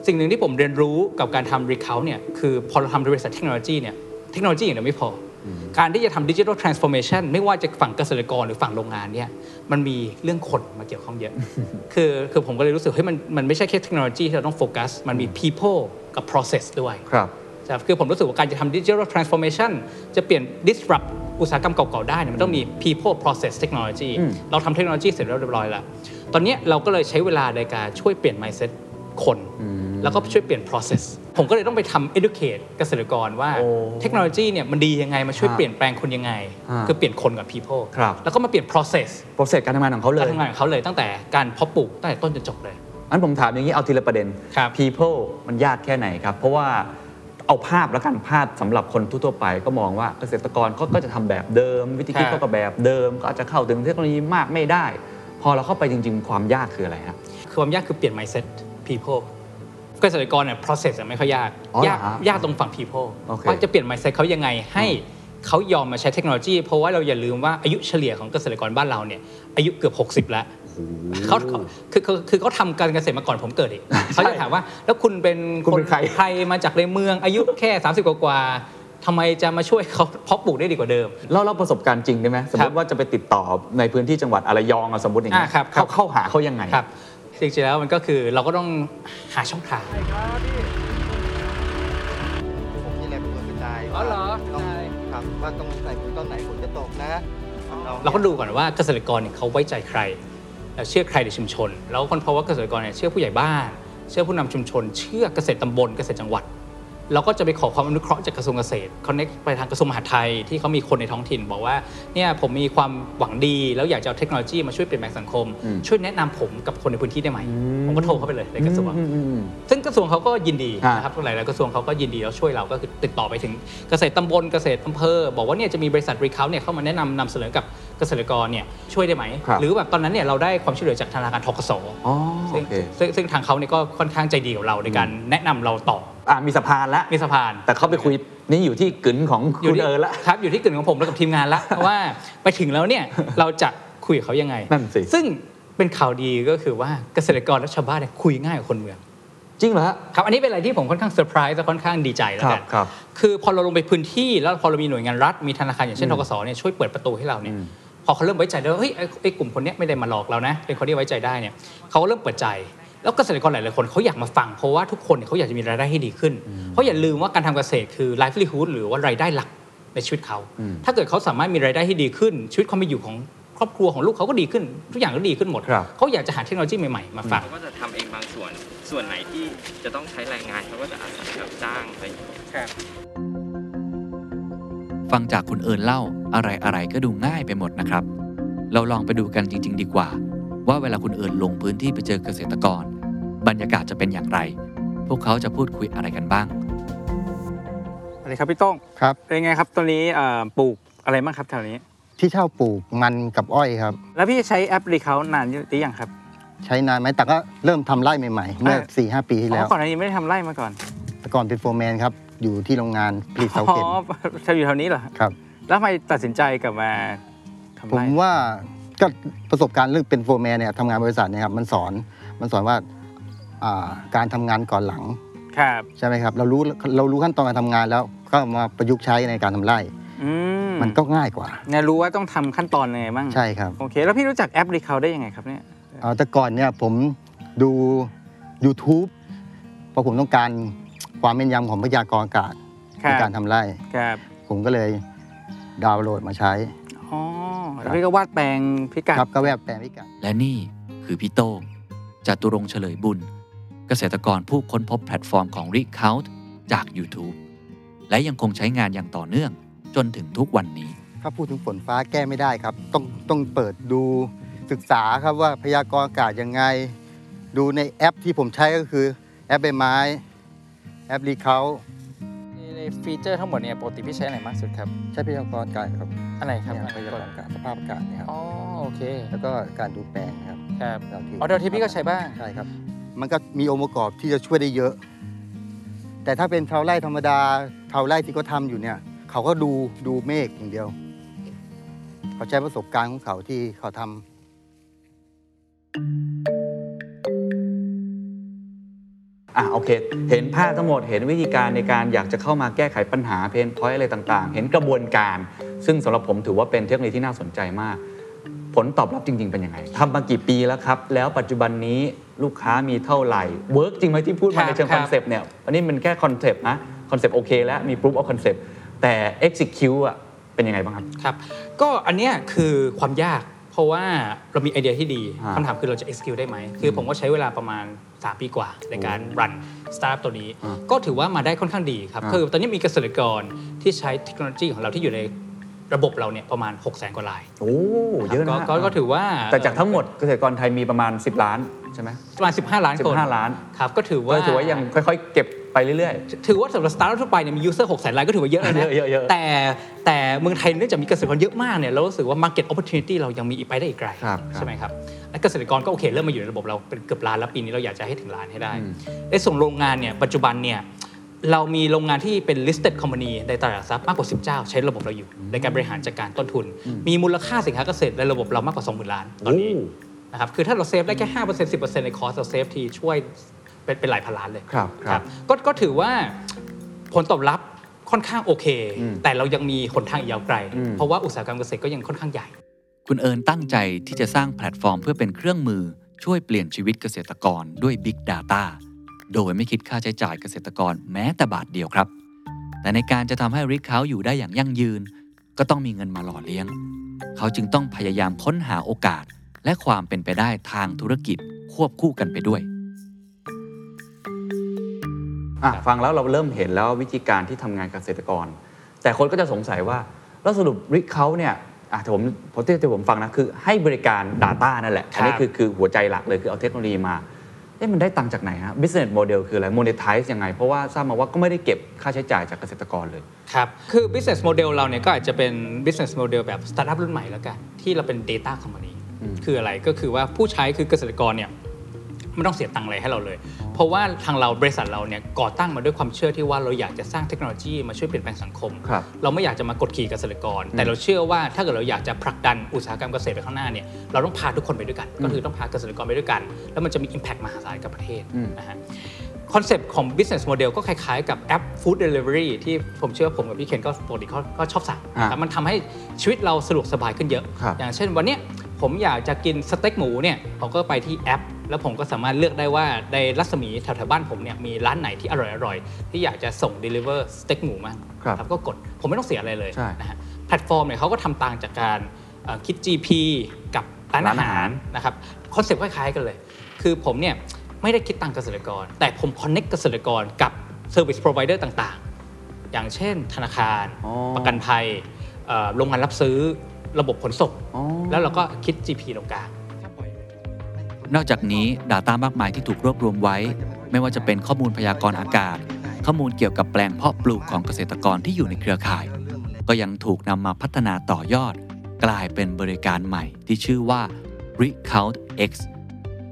S7: สิ่งหนึ่งที่ผมเรียนรู้กับการทำรีเคาเนี่ยคือพอเราทำบริษัทเทคโนโลยีเนี่ยเทคโนโลยีอย่างเดียวไม่พออการที่จะทำดิจิทัลทรานส์ฟอร์เมชันไม่ว่าจะฝั่งเกษตรกรหรือฝั่งโรงงานเนี่ยมันมีเรื่องคนมาเกี่ยวข้องเยอะ คือคือผมก็เลยรู้สึกเฮ้ยมันมันไม่ใช่แค่เทคโนโลยีที่เราต้องโฟกัส มันมี people กับ process ด้วย
S6: ครับ
S7: ครับคือผมรู้สึกว่าการจะทำดิจิทัลทรานส์ฟอร์เมชันจะเปลี่ยน disrupt อุตสาหกรรมเก่าๆได้เนี่ยมันต้องมี people process technology
S6: อืม
S7: เราทำเทคโนโลยีเสร็จแล้วเรียบร้อยแล้ว ตอนเนี้ยเราก็เลยใช้เวลาในการช่วยเปลี่ยน mindset คน แล้วก็ช่วยเปลี่ยน process ผมก็เลยต้องไปทำ educate เกษตรกรว่า
S6: โอ้
S7: เทคโนโลยีเนี่ยมันดียังไงมาช่วย
S6: ฮะ
S7: เปลี่ยนแปลงคนยังไง
S6: ฮะ
S7: คือเปลี่ยนคนกับ people
S6: ครับ
S7: แล้วก็มาเปลี่ยน process
S6: โปรเซสการทำงานของเขาเล
S7: การ
S6: ย
S7: ทำงานของเขาเลยตั้งแต่การเพาะปลูกตั้งแต่ต้นจนจบเลย
S6: อันผมถามอย่างนี้เอาทีละประเด็น
S7: ครับ
S6: people มันยากแค่ไหนครับ เพราะว่าเอาภาพแล้วกันภาพสำหรับคนทั่วๆไป ก็มองว่าเกษตรกรเขาก็จะทำแบบเดิม วิธีคิด
S7: ครับ
S6: เขาก็แบบเดิม ก็อาจจะเข้าถึงเทคโนโลยีมากไม่ได้ พอเราเข้าไปจริง ๆ ความยากคืออะไรครับ
S7: ความยากคือเปลี่ยน mindset people เกษตรกรเนี่ย process อะไม่ค่อยยาก
S6: อ๋อเหรอย
S7: าก
S6: ฮะ
S7: ยากตรงฝั่ง people
S6: โอเค
S7: ว่าจะเปลี่ยน mindset เขายังไงให้เขายอมมาใช้เทคโนโลยี เพราะว่าเราอย่าลืมว่าอายุเฉลี่ยของเกษตรกรบ้านเราเนี่ยอายุเกือบ 60 แล้วเขาเขาคือคือคือเขาทำการเกษตรมาก่อนผมเกิดอีกเขาจะถามว่า แล้วคุณเป็น
S6: คุณเป็นใคร
S7: ใครมาจากในเมืองอายุแค่ 30 กว่าๆทำไมจะมาช่วยเขาเพาะปลูกได้ดีกว่าเดิม
S6: เล่าเล่าประสบการณ์จริงได้ไหมสมม
S7: ครั
S6: ติ
S7: บ
S6: ว่าจะไปติดต่อในพื้นที่จังหวัดอะไระยองอะสมมติอย่างเงี้ย
S7: อ่าครับครับ
S6: เขาเข้าหาเขายังไง
S7: ครับจริงๆแล้วมันก็คือเราก็ต้องหาช่องทาง
S10: ผมนี่แหละเป็นคนกระจายต้องครับว่าต้องใส่ปุ๋ยตอนไหนฝนจะตกนะทำนองนี้ย
S7: เราก็ดูก่อนว่าเกษตรกรเนี่ยเขาไว้ใจใครแล้วเชื่อใครในชุมชน แล้วคนพบว่าเกษตรกรเนี่ยเชื่อผู้ใหญ่บ้าน เชื่อผู้นำชุมชน เชื่อเกษตรตำบลเกษตรจังหวัด เราก็จะไปขอความอนุเคราะห์จากกระทรวงเกษตร connect ไปทางกระทรวงมหาดไทยที่เขามีคนในท้องถิ่น บอกว่าเนี่ยผมมีความหวังดี แล้วอยากจะเอาเทคโนโลยีมาช่วยเปลี่ยนแปลงสังคม
S6: อืม
S7: ช่วยแนะนำผมกับคนในพื้นที่ได้ไหมผมก็โทรเข้าไปเลยในกระทรวง
S6: อืมอืมอืม
S7: ซึ่งกระทรวงเขาก็ยินดี
S6: ฮะ
S7: นะครับหลายๆกระทรวงเขาก็ยินดีแล้วช่วยเราก็คือติดต่อไปถึงเกษตรตำบลเกษตรอำเภอ บอกว่าเนี่ยจะมีบริษัทรีเคาเนี่ยเข้ามาแนะนำนำเสนอกับเกษตรกรเนี่ยช่วยได้ไหม
S6: ครับ
S7: หรือแบบตอนนั้นเนี่ยเราได้ความช่วยเหลือจากธนาคารทกส
S6: อ๋อ
S7: ซึ่ง
S6: โอเค
S7: ซึ่งซึ่งทางเขาเนี่ยก็ค่อนข้างใจดีกับเราในการแนะนำเราต่อ
S6: อ่ะมีสะพานแล้ว
S7: มีสะพาน
S6: แต่เขาไปคุยนี่อยู่ที่กึ๋นของคุณ
S7: ที่
S6: เออละ
S7: ครับอยู่ที่กึ่งของผมแล้วกับทีมงานละ
S6: [LAUGHS]
S7: ว่าไปถึงแล้วเนี่ยเราจะคุยกับเขายังไง
S6: นั่นสิ
S7: ซึ่งเป็นข่าวดีก็คือว่าเกษตรกรและชาวบ้านเนี่ยคุยง่ายกว่าคนเมือง
S6: จริงเหรอฮะ
S7: ครับอันนี้เป็นอะไรที่ผมค่อนข้างเซอร์ไพรส์และค่อนข้างดีใจแล้วกัน
S6: ครับ
S7: คือพอเราลงไปพื้นที่แล้วพอเรามีหน่วยงานรัฐมีธนาคารอย่างเช่นทกสเนี่ยช่วยเปิดประตูให้เราเนี่ย
S6: อืม
S7: พอเขาเริ่มไว้ใจได้ว่าเฮ้ยไอ้ไอ้กลุ่มคนเนี้ยไม่ได้มาหลอกเรานะเป็นคนที่ไว้ใจได้เนี่ยเขาก็เริ่มเปิดใจ แล้วเกษตรกรหลายๆคนเขาอยากมาฟังเพราะว่าทุกคนเนี่ยเขาอยากจะมีรายได้ที่ดีขึ้น เพราะอย่าลืมว่าการทำเกษตรคือ livelihood หรือว่ารายได้หลักในชีวิตเขา
S6: อืม
S7: ถ้าเกิดเขาสามารถมีรายได้ที่ดีขึ้น ชีวิตความเป็นอยู่ของครอบครัวของลูกเขาก็ดีขึ้น ทุกอย่างก็ดีขึ้นหมด
S6: ครับ
S7: เขาอยากจะหาเทคโนโลยีใหม่ๆมาฟัง
S1: เขาก็จะทำเองบางส่วน ส่วนไหนที่จะต้องใช้แรงงานเขาก็จะอาศัยรับจ้างอะไรอย่างเงี้ย
S5: ฟังจากคุณเอิญเล่าอะไรอะไรๆก็ดูง่ายไปหมดนะครับ เราลองไปดูกันจริง ๆ ดีกว่า ว่าเวลาคุณเอิญลงพื้นที่ไปเจอเกษตรกร บรรยากาศจะเป็นอย่างไร พวกเขาจะพูดคุยอะไรกันบ้าง
S7: สวัสดีครับพี่ต้ง
S11: ครับ
S7: เป็นไงครับตอนนี้ปลูกอะไรบ้างครับแถวนี้
S11: ที่เช่าปลูกมันกับอ้อยครับ
S7: แล้วพี่ใช้แอปรีเขานานหรือยังครับ
S11: ใช้นานไหมแต่ก็เริ่มทำไร่ใหม่ๆ เมื่อ
S7: เออ
S11: 4ี่หปีที่
S7: อ๋
S11: แล้
S7: อ
S11: ว
S7: ก่อนหน้านี้ไม่ได้ทำไร่มาก่อน
S11: แต่ก่อนเป็นโฟร์แมนครับ อยู่ที่โรงงานผลิตเสา
S7: อ๋อ
S11: เข็ม
S7: ชาวอยู่แถวนี้เหรอ
S11: ครับ
S7: แล้วทำไมตัดสินใจกลับมาทำ
S11: ผ
S7: ไร่
S11: มว่าก็ประสบการณ์เรื่องเป็นโฟร์แมนเนี่ยทำงานบริษัทเนี่ยครับมันสอน มันสอนว่าอ่าการทำงานก่อนหลัง
S7: ครับ
S11: ใช่ไหมครับ เรารู้เรารู้ขั้นตอนการทำงานแล้วก็มาประยุกต์ใช้ในการทำไร่
S7: อืม
S11: มันก็ง่ายกว่า
S7: เนี่ยรู้ว่าต้องทำขั้นตอนยังไงบ้าง
S11: ใช่ครับ
S7: โอเค แล้วพี่รู้จักแอปรีคาได้ยังไงครับเนี่ย
S11: เอ่อแต่ก่อนเนี่ยผมดู YouTube เพราะผมต้องการความแม่นยำของพยากรณ์อากาศ
S7: ครับ
S11: ในการทำไร่
S7: ครับ
S11: ผมก็เลยดาวน์โหลดมาใช้
S7: อ๋อแล้วพี่ก็วาดแปลงพิกัด
S11: ครับก็แวบแปลงพิกัด
S5: และนี่คือพี่โต้งจตุรงค์เฉลยบุญ เกษตรกรผู้ค้นพบแพลตฟอร์มของ r e c o u n t จาก YouTube และยังคงใช้งานอย่างต่อเนื่องจนถึงทุกวันนี้
S11: ถ้าพูดถึงฝนฟ้าแก้ไม่ได้ครับ ต้องต้องเปิดดูศึกษาครับว่าพยากรณ์อากาศยังไง ดูในแอปที่ผมใช้ก็คือแอปใบไม้ แอปรีเขา
S7: ในฟีเจอร์ทั้งหมดเนี่ยปกติพี่ใช้อะไรมากสุดครับ
S11: ใช้พยากรณ์อากาศครับ
S7: อะไรครับ
S11: เนี่ยพยากรณ์อากาศสภาพอากาศเนะครับ
S7: อ๋อโอเค
S11: แล้วก็การดูแปลงครับ
S7: ครับ
S11: ดาวเทียม
S7: อ๋อดาวเทียมพี่ก็ใช้บ้าง
S11: ใช่ครับ มันก็มีองค์ประกอบที่จะช่วยได้เยอะ แต่ถ้าเป็นชาวไร่ธรรมดาชาวไร่ที่เขาทำอยู่เนี่ย เขาก็ดูดูเมฆอย่างเดียวเขาใช้ประสบการณ์ของเขาที่เขาทำ
S6: อ่ะโอเค เห็นภาพทั้งหมดเห็นวิธีการในการอยากจะเข้ามาแก้ไขปัญหาเพนพอยอะไรต่างๆ เห็นกระบวนการ ซึ่งสำหรับผมถือว่าเป็นเทคโนโลยีที่น่าสนใจมาก ผลตอบรับจริง ๆ เป็นยังไงทำมากี่ปีแล้วครับ แล้วปัจจุบันนี้ลูกค้ามีเท่าไหร่เวิร์กจริงไหมที่พูดมาในเชิง
S7: ครั
S6: คอ
S7: บ
S6: นเซปต์เนี่ยอันนี้มันแค่คอนเซปต์นะคอนเซปต์โอเคแล้วมี proof of concept แต่ execute อ่ะเป็นยังไงบ้างครับ
S7: ครับ ก็อันเนี้ยคือความยากเพราะว่าเรามีไอเดียที่ดี
S6: อ่า
S7: คำถามคือเราจะ execute ได้ไหม คือผมก็ใช้เวลาประมาณ 3 ปีกว่า ในการรันสตาร์ทตัวนี้
S6: อ่า
S7: ก็ถือว่ามาได้ค่อนข้างดีครับ
S6: อ่า
S7: คือตอนนี้มีเกษตรกรที่ใช้เทคโนโลยีของเราที่อยู่ในระบบเราเนี่ยประมาณ 6 0 0 0 0 กว่าราย
S6: โอ้เยอะนะ
S7: ก็
S6: ฮะ
S7: ก็ก็ถือว่า
S6: แต่จากทั้งหมดเกษตรกรไทยมีประมาณ 10 ล้านใช่ไหม
S7: ประมาณ 15 ล้านคน
S6: 15 ล้าน
S7: ครับก็ถือ
S6: ก็
S7: ว่า
S6: ถือว่ายังค่อยๆ เก็บไปเรื่อย
S7: ถือว่าสำหรับสตาร์ทอัพทั่วไปเนี่ยมียูเซอร์หกแสนรายก็ถือว่าเยอะแล้วนะ
S6: เยอะเยอะเยอะ
S7: แต่แต่เมืองไทยเนื่องจากมีเกษตรกรเยอะมากเนี่ยเรารู้สึกว่า Market Opportunity เรายังมีอีกไปได้อีกไกล
S6: ๆครับ
S7: ใช่ไหมครับ และเกษตรกรก็โอเค เริ่มมาอยู่ในระบบเราเป็นเกือบล้านแล้วปีนี้เราอยากจะให้ถึงล้านให้ได้ไอ้ส่งโรงงานเนี่ยปัจจุบันเนี่ยเรามีโรงงานที่เป็น listed company ในตลาดหลักทรัพย์มากกว่า 10 เจ้า ใช้ระบบเราอยู่ ในการบริหารจัดการต้นทุน มีมูลค่าสินค้าเกษตรในระบบเรามากกว่า 20,000 ล้านตอนนี้นะครับคือถ้าเราเซฟได้แค่5% 10%ในคอสเราเซฟทีช่วยเป็นเป็นหลายพันล้านเลย
S6: ครับครั
S7: ครับ บก็ก็ถือว่าผลตอบรับค่อนข้างโอเค
S6: อืม
S7: แต่เรายังมีหนทางอีกยาวไกล
S6: อืม
S7: เพราะว่าอุตสาหกรรมเกษตรก็ยังค่อนข้างใหญ่
S5: คุณเอิญตั้งใจที่จะสร้างแพลตฟอร์มเพื่อเป็นเครื่องมือช่วยเปลี่ยนชีวิตเกษตรกรด้วย Big Data โดยไม่คิดค่าใช้จ่ายเกษตรกรแม้แต่บาทเดียวครับ แต่ในการจะทำให้ริกเขาอยู่ได้อย่างยั่งยืน ก็ต้องมีเงินมาหล่อเลี้ยง เขาจึงต้องพยายามค้นหาโอกาส และความเป็นไปได้ทางธุรกิจควบคู่กันไปด้วย
S6: อ่ะฟังแล้วเราเริ่มเห็นแล้ววิธีการที่ทำงานเกษตรกร แต่คนก็จะสงสัยว่า แล้วสรุปริกเขาเนี่ยอ่ะแต่ผมผมที่ที่ผมฟังนะ คือให้บริการ Data นั่นแหละ อันนี้
S7: ครับ
S6: คือคือหัวใจหลักเลยคือเอาเทคโนโลยีมาเอ๊ะมันได้ตังค์จากไหนฮะ business model คืออะไร monetize ยังไง เพราะว่าทราบมาว่าก็ไม่ได้เก็บค่าใช้จ่ายจากเกษตรกรเลย
S7: ครับ คือ business model เราเนี่ยก็อาจจะเป็น business model แบบ startup รุ่นใหม่แล้วกัน ที่เราเป็น data company
S6: อืม
S7: คืออะไรก็คือว่าผู้ใช้คือเกษตรกรเนี่ยไม่ต้องเสียตังค์อะไรให้เราเลย เพราะว่าทางเราบริษัทเราเนี่ยก่อตั้งมาด้วยความเชื่อที่ว่าเราอยากจะสร้างเทคโนโลยีมาช่วยเปลี่ยนแปลงสังคม
S6: ครับ
S7: เราไม่อยากจะมากดขี่เกษตรกร แต่เราเชื่อว่าถ้าเกิดเราอยากจะผลักดันอุตสาหกรรมเกษตรไปข้างหน้าเนี่ยเราต้องพาทุกคนไปด้วยกัน ก็คือต้องพาเกษตรกรไปด้วยกัน แล้วมันจะมี Impact มหาศาลกับประเทศ
S6: อืม
S7: นะฮะคอนเซปต์ของ business model ก็คล้ายๆ กับแอป food delivery ที่ผมเชื่อว่าผมกับพี่เคนก็ปกติก็ก็ชอบสั่ง
S6: อ่า
S7: แต่มันทำให้ชีวิตเราสะดวกสบายขึ้นเยอะ
S6: ครับ
S7: อย่างเช่นวันเนี้ยผมอยากจะกินสเต็กหมูเนี่ยผมก็ไปที่แอป แล้วผมก็สามารถเลือกได้ว่าในรัศมีแถวๆบ้านผมเนี่ยมีร้านไหนที่อร่อยๆที่อยากจะส่ง deliver สเต็กหมูมา
S6: ครับ
S7: ก็กดผมไม่ต้องเสียอะไรเลย
S6: ใช่
S7: นะฮะแพลตฟอร์มเนี่ยเขาก็ทำต่างจากการเอ่อคิด GP กับร้าน
S6: ร้า
S7: อาน
S6: อาหาร
S7: หารนะครับคอนเซ็ปต์คล้ายๆกันเลย คือผมเนี่ยไม่ได้คิดตังค์เกษตรกร แต่ผมคอนเน็กเกษตรกรกับเซอร์วิส r o อ i เดอร์ต่างๆ อย่างเช่นธนาคาร
S6: อ๋อ
S7: ประกันภัยเอ่อโรงงานรับซื้อระบบขนส่ง
S6: อ๋อ
S7: แล้วเราก็คิด GP ตรงกลาง
S5: นอกจากนี้ Data มากมายที่ถูกรวบรวมไว้ ไม่ว่าจะเป็นข้อมูลพยากรณ์อากาศ ข้อมูลเกี่ยวกับแปลงเพาะปลูกของเกษตรกรที่อยู่ในเครือข่าย ก็ยังถูกนำมาพัฒนาต่อยอด กลายเป็นบริการใหม่ที่ชื่อว่า Recount X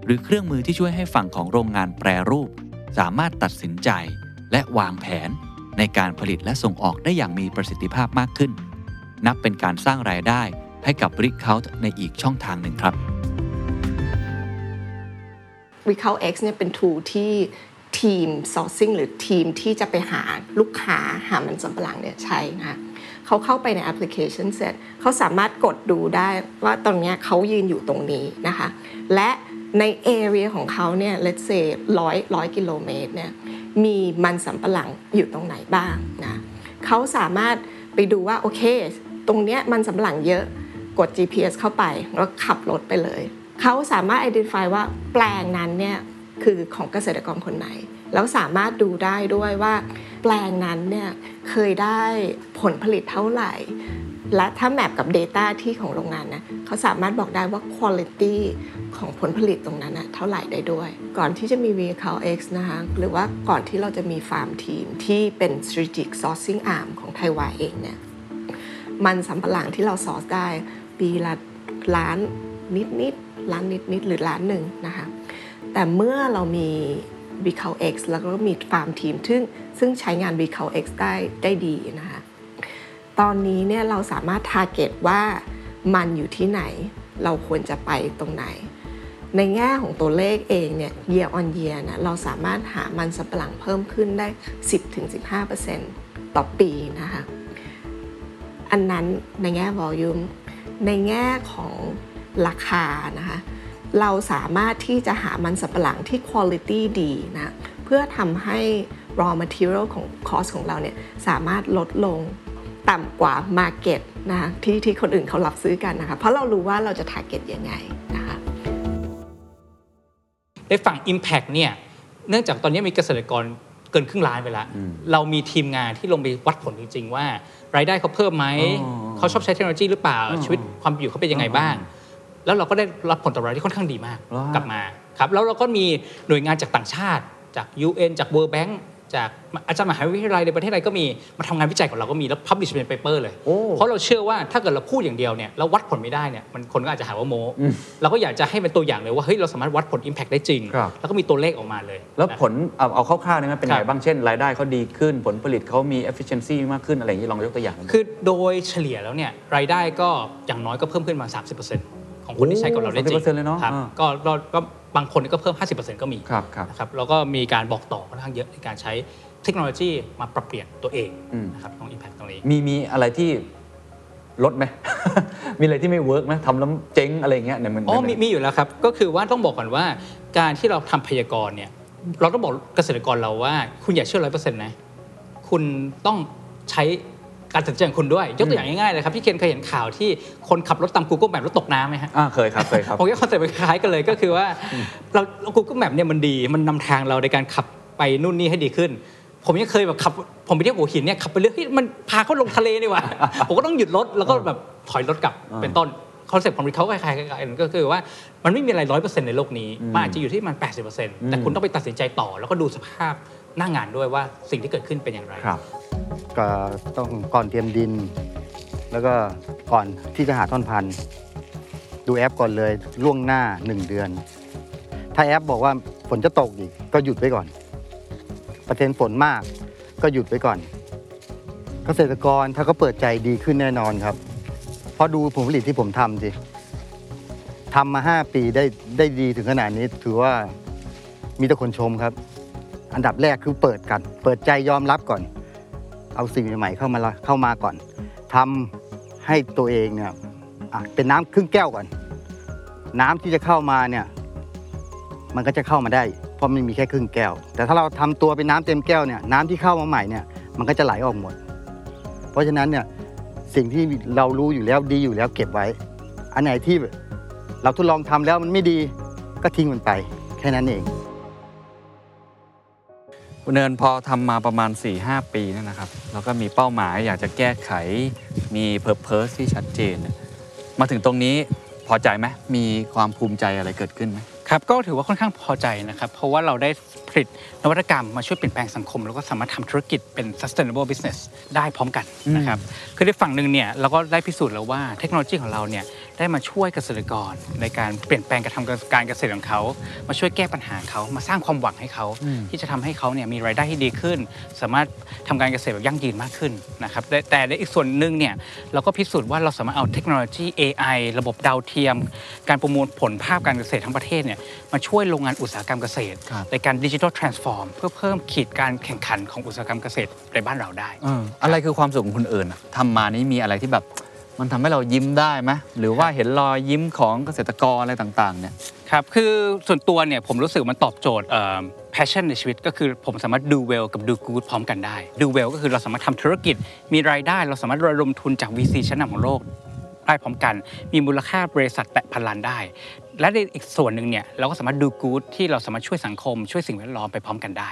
S5: หรือเครื่องมือที่ช่วยให้ฝั่งของโรงงานแปรรูป สามารถตัดสินใจ และวางแผน ในการผลิตและส่งออกได้อย่างมีประสิทธิภาพมากขึ้น นับเป็นการสร้างรายได้ให้กับ Recount ในอีกช่องทางหนึ่งครับ
S9: r e c a l X เนี่ยเป็น tool ที่ทีม sourcing หรือทีมที่จะไปหาลูกค้าหามันสำปะหลังเนี่ยใช้นะคะเขาเข้าไปในแอปพลิเคชันเสร็จเขาสามารถกดดูได้ว่าตรงเนี้ยเขายืนอยู่ตรงนี้นะคะ และใน area ของเขาเนี่ย let's say ร้อยร้อยกิโลเมตรเนี่ยมีมันสำปะหลังอยู่ตรงไหนบ้างนะเขาสามารถไปดูว่าโอเค ตรงเนี้ยมันสำปะหลังเยอะ กด GPS เข้าไปแล้วขับรถไปเลย เขาสามารถ identify ว่าแปลงนั้นเนี่ยคือของเกษตรกรคนไหน แล้วสามารถดูได้ด้วยว่า แปลงนั้นเนี่ยเคยได้ผลผลิตเท่าไหร่ และถ้าแมปกับ Data ที่ของโรงงานนะเขาสามารถบอกได้ว่า Quality ของผลผลิตตรงนั้นนะเท่าไหร่ได้ด้วย ก่อนที่จะมี Vehicle X นะคะหรือว่าก่อนที่เราจะมีฟาร์มทีมที่เป็น Strategic Sourcing Arm ของไทยวาเองเนี่ย มันสำปะหลังที่เราซอร์สได้ ปีละล้านนิดนิดๆล้านนิดนิดๆหรือล้านหนึ่งนะคะ แต่เมื่อเรามี b c a l X แล้วก็มีฟาร์มทีมซึ่งซึ่งใช้งาน b c a l X ได้ได้ดีนะคะ ตอนนี้เนี่ยเราสามารถทาร์เก็ตว่ามันอยู่ที่ไหน เราควรจะไปตรงไหน ในแง่ของตัวเลขเองเนี่ย year on year นะเราสามารถหามันสำปะหลังเพิ่มขึ้นได้ 10-15%ต่อปีนะคะ อันนั้นในแง่ volume ในแง่ของราคานะคะ เราสามารถที่จะหามันสับปะหลังที่ quality ดีนะเพื่อทำให้ raw material ของ cost ของเราเนี่ยสามารถลดลงต่ำกว่า market นะคะที่ที่คนอื่นเขารับซื้อกันนะคะ เพราะเรารู้ว่าเราจะ target ยังไงนะคะ
S7: ในฝั่ง Impact เนี่ยเนื่องจากตอนนี้มีเกษตรกรเกินครึ่งล้านไปแล้ว เรามีทีมงานที่ลงไปวัดผลจริง ๆ ว่ารายได้เขาเพิ่มไหม เขาชอบใช้เทคโนโลยีหรือเปล่า
S6: อ๋อ
S7: ชีวิตความอยู่เขาเป็นยังไงบ้าง แล้วเราก็ได้รับผลตอบรับที่ค่อนข้างดีมาก
S6: เหรอฮะ
S7: กลับมาครับแล้วเราก็มีหน่วยงานจากต่างชาติ จาก UN จาก World Bank จากอาจารย์มหาวิทยาลัยในประเทศไทยก็มีมาทำงานวิจัยของเราก็มีแล้วพับลิชเป็นเปเปอร์เลย เพราะเราเชื่อว่าถ้าเกิดเราพูดอย่างเดียวเนี่ยแล้ววัดผลไม่ได้เนี่ยมันคนก็อาจจะหาว่าโม
S6: อืม
S7: เราก็อยากจะให้เป็นตัวอย่างเลยว่าเฮ้ยเราสามารถวัดผล Impact ได้จริง
S6: ครับ
S7: แล้วก็มีตัวเลขออกมาเลย
S6: แล้วผลเอาเอาคร่าวๆนะครับเป็น
S7: ครับ
S6: ไงบ้างเช่น รายได้เขาดีขึ้นผลผลิตเขามี efficiency มากขึ้นอะไรอย่างนี้ลองยกตัวอย่างดู
S7: คือโดยเฉลี่ยแล้วเนี่ยรายได้ก็อย่างน้อยก็เพิ่มขึ้นมา 30%ของคนที่ใช้กับเราได้จริง
S6: โอ้30%เลยเนอะ
S7: ครับ
S6: อ่า
S7: ก็ก็ก็บางคนก็เพิ่ม 50%ก็มี
S6: ครับครับ
S7: นะครับแล้วก็มีการบอกต่อค่อนข้างเยอะในการใช้เทคโนโลยีมาปรับเปลี่ยนตัวเอง
S6: อืม
S7: นะครับของ Impact ตรงนี้
S6: มีมีอะไรที่ลดไหม [LAUGHS] มีอะไรที่ไม่เวิร์กไหมทำแล้วเจ๊งอะไรอย่างเงี้ยเนี่ยมัน
S7: อ๋อ
S6: มัน
S7: มีมีอยู่แล้วครับ ก็คือว่าต้องบอกก่อนว่าการที่เราทำพยากรณ์เนี่ย เราต้องบอกเกษตรกรเราว่า คุณอย่าเชื่อร้อยเปอร์เซ็นต์นะ คุณต้องใช้การตัดสินใจของคุณด้วย ยกตัวอย่างง่ายๆเลยครับ พี่เคนเคยเห็นข่าวที่คนขับรถตาม Google Map แล้วตกน้ำไหมฮะ
S6: อ่าเคยครับเคยครับ
S7: ผมก็คอนเซ็ปต์คล้ายๆกันเลยก็คือว่าเราเรา Google Map เนี่ยมันดี มันนำทางเราในการขับไปนู่นนี่ให้ดีขึ้น ผมยังเคยแบบขับผมไปเที่ยวหัวหินเนี่ยขับไปเรื่อยเฮ้ยมันพาเขาลงทะเลนี่
S6: [LAUGHS]
S7: หว่า ผมก็ต้องหยุดรถแล้วก็แบบถอยรถกลับ
S6: อ่า
S7: เป็นต้นคอนเซ็ปต์ของเขาคล้ายๆกันก็คือว่ามันไม่มีอะไรร้อยเปอร์เซ็นต์ในโลกนี้
S6: อืม
S7: มันอาจจะอยู่ที่มันแปดสิบเปอร์เซ็นต์แต่
S6: อืม
S7: คุณต้องไปตัดสินใจต่อ แล้วก็ดูสภาพหน้างานด้วยว่าสิ่งที่เกิดขึ้นเป็นอย่างไร
S6: ครับ
S11: ก็ต้องก่อนเตรียมดิน แล้วก็ก่อนที่จะหาท่อนพันธุ์ ดูแอปก่อนเลยล่วงหน้า 1 เดือน ถ้าแอปบอกว่าฝนจะตกอีก ก็หยุดไว้ก่อน ประเทนฝนมากก็หยุดไว้ก่อน เกษตรกรถ้าเขาเปิดใจดีขึ้นแน่นอนครับ เพราะดูผลผลิตที่ผมทำสิทำมา 5 ปีได้ได้ดีถึงขนาดนี้ ถือว่ามีแต่คนชมครับ อันดับแรกคือเปิดกัน เปิดใจยอมรับก่อน เอาสิ่งใหม่ๆเข้ามาละเข้ามาก่อนทำให้ตัวเองเนี่ยอ่ะเป็นน้ำครึ่งแก้วก่อน น้ำที่จะเข้ามาเนี่ย มันก็จะเข้ามาได้ เพราะมันมีแค่ครึ่งแก้ว แต่ถ้าเราทำตัวเป็นน้ำเต็มแก้วเนี่ยน้ำที่เข้ามาใหม่เนี่ยมันก็จะไหลออกหมด เพราะฉะนั้นเนี่ยสิ่งที่เรารู้อยู่แล้วดีอยู่แล้วเก็บไว้ อันไหนที่เราทดลองทำแล้วมันไม่ดีก็ทิ้งมันไป แค่นั้นเอง
S5: คุณเนินพอทำมาประมาณ 4-5 ปีเนี่ยนะครับ แล้วก็มีเป้าหมายอยากจะแก้ไขมีเพอร์เพสที่ชัดเจนเนี่ยมาถึงตรงนี้พอใจไหมมีความภูมิใจอะไรเกิดขึ้นไหม
S7: ครับก็ถือว่าค่อนข้างพอใจนะครับ เพราะว่าเราได้ผลิตนวัตกรรมมาช่วยเปลี่ยนแปลงสังคม แล้วก็สามารถทำธุรกิจเป็น sustainable business ได้พร้อมกันนะครับคือในฝั่งหนึ่งเนี่ยเราก็ได้พิสูจน์แล้วว่าเทคโนโลยีของเราเนี่ย ได้มาช่วยเกษตรกรในการเปลี่ยนแปลงการทำการเกษตรของเขา มาช่วยแก้ปัญหาเขามาสร้างความหวังให้เขา
S12: อืม
S7: ที่จะทำให้เขาเนี่ยมีรายได้ที่ดีขึ้น สามารถทำการเกษตรแบบยั่งยืนมากขึ้นนะครับแต่แต่ในอีกส่วนหนึ่งเนี่ยเราก็พิสูจน์ว่าเราสามารถเอาเทคโนโลยี AI ระบบดาวเทียม การประมวลผลภาพการเกษตรทั้งประเทศเนี่ยมาช่วยโรงงานอุตสาหกรรมเกษตร ในการดิจิทัลทรานส์ฟอร์มเพื่อเพิ่มขีดการแข่งขันของอุตสาหกรรมเกษตรในบ้านเราได้
S5: เอออะไรคือความสุขของคนอื่นอะทำมานี้มีอะไรที่แบบมันทำให้เรายิ้มได้ไหมหรือว่าเห็นรอยยิ้มของเกษตรกรอะไรต่างๆเนี่ย
S7: ครับ คือส่วนตัวเนี่ยผมรู้สึกมันตอบโจทย์เอ่อ passion ในชีวิตก็คือผมสามารถ do well กับ do good พร้อมกันได้ do well ก็คือเราสามารถทำธุรกิจ มีรายได้ เราสามารถระดมทุนจาก VC ชั้นนำของโลก ได้พร้อมกัน มีมูลค่าบริษัทแตะพันล้านได้ และในอีกส่วนหนึ่งเนี่ยเราก็สามารถ do good ที่เราสามารถช่วยสังคม ช่วยสิ่งแวดล้อมไปพร้อมกันได้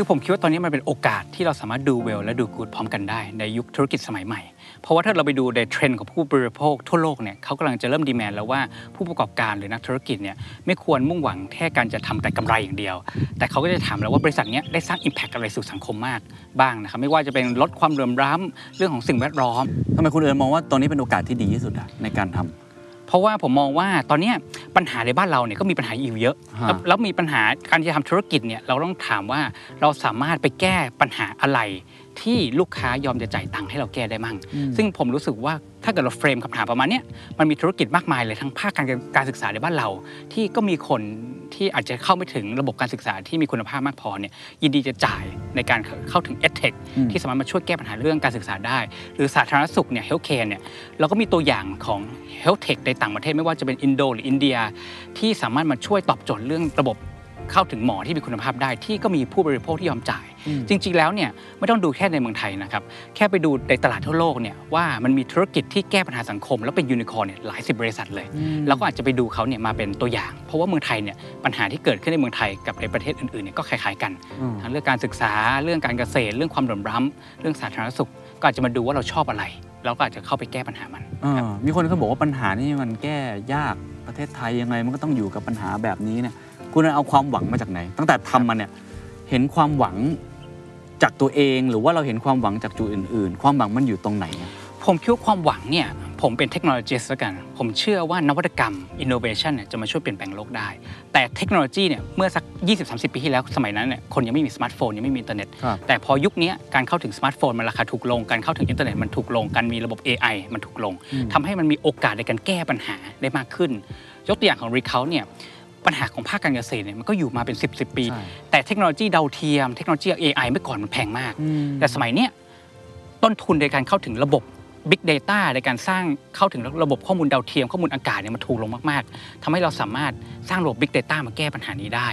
S7: คือผมคิดว่าตอนนี้มันเป็นโอกาสที่เราสามารถดูเวลและดูกูดพร้อมกันได้ในยุคธุรกิจสมัยใหม่ เพราะว่าถ้าเราไปดูในเทรนด์ของผู้บริโภคทั่วโลกเนี่ยเขากำลังจะเริ่มดีแมนแล้วว่าผู้ประกอบการหรือนักธุรกิจเนี่ยไม่ควรมุ่งหวังแค่การจะทำแต่กำไรอย่างเดียว แต่เขาก็จะถามแล้วว่าบริษัทเนี้ยได้สร้าง Impact อะไรสู่สังคมมากบ้างนะครับไม่ว่าจะเป็นลดความเหลื่อมล้ำเรื่องของสิ่งแวดล้อมทำไมคุณเอิญมองว่าตอนนี้เป็นโอกาสที่ดีที่สุดในการทำเพราะว่าผมมองว่าตอนเนี้ยปัญหาในบ้านเราเนี่ยก็มีปัญหาอยู่เยอะ
S5: ฮะ
S7: แล้วแล้วมีปัญหาการจะทำธุรกิจเนี่ยเราต้องถามว่าเราสามารถไปแก้ปัญหาอะไร ที่ลูกค้ายอมจะจ่ายตังค์ให้เราแก้ได้มั่ง
S5: อืม
S7: ซึ่งผมรู้สึกว่าถ้าเกิดเราเฟรมคำถามประมาณเนี้ยมันมีธุรกิจมากมายเลยทั้งภาคการการศึกษาในบ้านเรา ที่ก็มีคนที่อาจจะเข้าไม่ถึงระบบการศึกษาที่มีคุณภาพมากพอเนี่ยยินดีจะจ่ายในการเข้าถึง EdTech
S5: อืม
S7: ที่สามารถมาช่วยแก้ปัญหาเรื่องการศึกษาได้ หรือสาธารณสุขเนี่ย healthcare เนี่ยเราก็มีตัวอย่างของ healthtech ในต่างประเทศไม่ว่าจะเป็นอินโดหรืออินเดีย ที่สามารถมาช่วยตอบโจทย์เรื่องระบบเข้าถึงหมอที่มีคุณภาพได้ที่ก็มีผู้บริโภคที่ยอมจ่าย
S5: อืม
S7: จริง ๆ แล้วเนี่ยไม่ต้องดูแค่ในเมืองไทยนะครับ แค่ไปดูในตลาดทั่วโลกเนี่ยว่ามันมีธุรกิจที่แก้ปัญหาสังคม แล้วเป็นยูนิคอร์นเนี่ยหลายสิบบริษัทเลย
S5: อืม
S7: เราก็อาจจะไปดูเขาเนี่ยมาเป็นตัวอย่าง เพราะว่าเมืองไทยเนี่ยปัญหาที่เกิดขึ้นในเมืองไทยกับในประเทศอื่นๆเนี่ยก็คล้ายๆกัน
S5: อืม
S7: ทั้งเรื่องการศึกษาเรื่องการเกษตร เรื่องความเหลื่อมล้ำเรื่องสาธารณสุข ก็อาจจะมาดูว่าเราชอบอะไร แล้วก็อาจจะเข้าไปแก้ปัญหามัน
S5: เออมีคนเขาบอกว่าปัญหานี่มันแก้ยากประเทศไทยยังไงมันก็ต้องอยู่กับปัญหาแบบนี้เนี่ยคุณเอาความหวังมาจากไหน ตั้งแต่ทำมาเนี่ยเห็นความหวังจากตัวเองหรือว่าเราเห็นความหวังจากจุดอื่น ๆ ความหวังมันอยู่ตรงไหนอะ
S7: ผมคิดว่าความหวังเนี่ยผมเป็นเทคโนโลยีแล้วกัน ผมเชื่อว่านวัตกรรม innovation เนี่ยจะมาช่วยเปลี่ยนแปลงโลกได้ แต่เทคโนโลยีเนี่ยเมื่อสัก 20-30 ปีที่แล้วสมัยนั้นเนี่ยคนยังไม่มีสมาร์ทโฟน ยังไม่มีอินเทอร์เน็ต
S5: ครับ
S7: แต่พอยุคเนี้ยการเข้าถึงสมาร์ทโฟนมันราคาถูกลง การเข้าถึงอินเทอร์เน็ตมันถูกลง การมีระบบ AI มันถูกลง
S5: อืม
S7: ทำให้มันมีโอกาสในการแก้ปัญหาได้มากขึ้น ยกตัวอย่างของ r e c o u เนี่ยปัญหาของภาคการเกษตรเนี่ยมันก็อยู่มาเป็น 10 10 ปี แต่เทคโนโลยีดาวเทียมเทคโนโลยี AI เมื่อก่อนมันแพงมาก แต่สมัยเนี้ยต้นทุนในการเข้าถึงระบบ Big Data ในการสร้างเข้าถึงระบบข้อมูลดาวเทียมข้อมูลอากาศเนี่ยมันถูกลงมาก ๆทำให้เราสามารถสร้างระบบ Big Data มาแก้ปัญหานี้ได้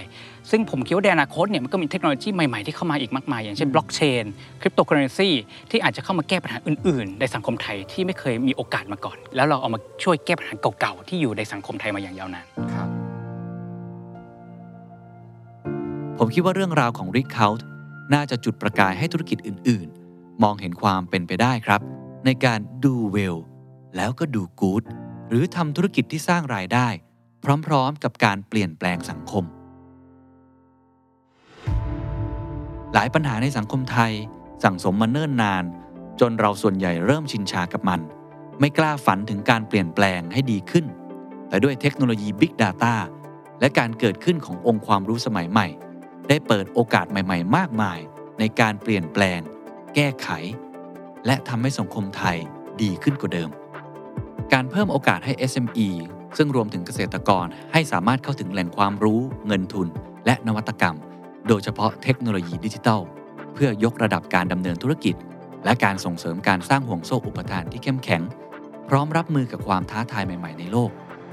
S7: ซึ่งผมคิดว่าในอนาคตเนี่ยมันก็มีเทคโนโลยีใหม่ ๆ ที่เข้ามาอีกมากมาย อย่างเช่นบล็อกเชนคริปโตเคอเรนซีที่อาจจะเข้ามาแก้ปัญหาอื่น ๆ ในสังคมไทยที่ไม่เคยมีโอกาสมาก่อน แล้วเราเอามาช่วยแก้ปัญหาเก่า ๆ ที่อยู่ในสังคมไทยมาอย่างยาวนาน
S5: ผมคิดว่าเรื่องราวของ r e c o u t น่าจะจุดประกายให้ธุรกิจอื่น ๆ มองเห็นความเป็นไปได้ครับ ในการดู well แล้วก็ดู good หรือทำธุรกิจที่สร้างรายได้ พร้อม ๆ กับการเปลี่ยนแปลงสังคม หลายปัญหาในสังคมไทย สั่งสมมาเนิ่นนาน จนเราส่วนใหญ่เริ่มชินชากับมัน ไม่กล้าฝันถึงการเปลี่ยนแปลงให้ดีขึ้น แต่ด้วยเทคโนโลยี Big Data และการเกิดขึ้นขององค์ความรู้สมัยใหม่ ได้เปิดโอกาสใหม่ ๆ มากมาย ในการเปลี่ยนแปลง แก้ไข และทำให้สังคมไทยดีขึ้นกว่าเดิม การเพิ่มโอกาสให้ SME ซึ่งรวมถึงเกษตรกรให้สามารถเข้าถึงแหล่งความรู้ เงินทุน และนวัตกรรม โดยเฉพาะเทคโนโลยีดิจิทัล เพื่อยกระดับการดำเนินธุรกิจ และการส่งเสริมการสร้างห่วงโซ่อุปทานที่เข้มแข็ง พร้อมรับมือกับความท้าทายใหม่ ๆ ในโลก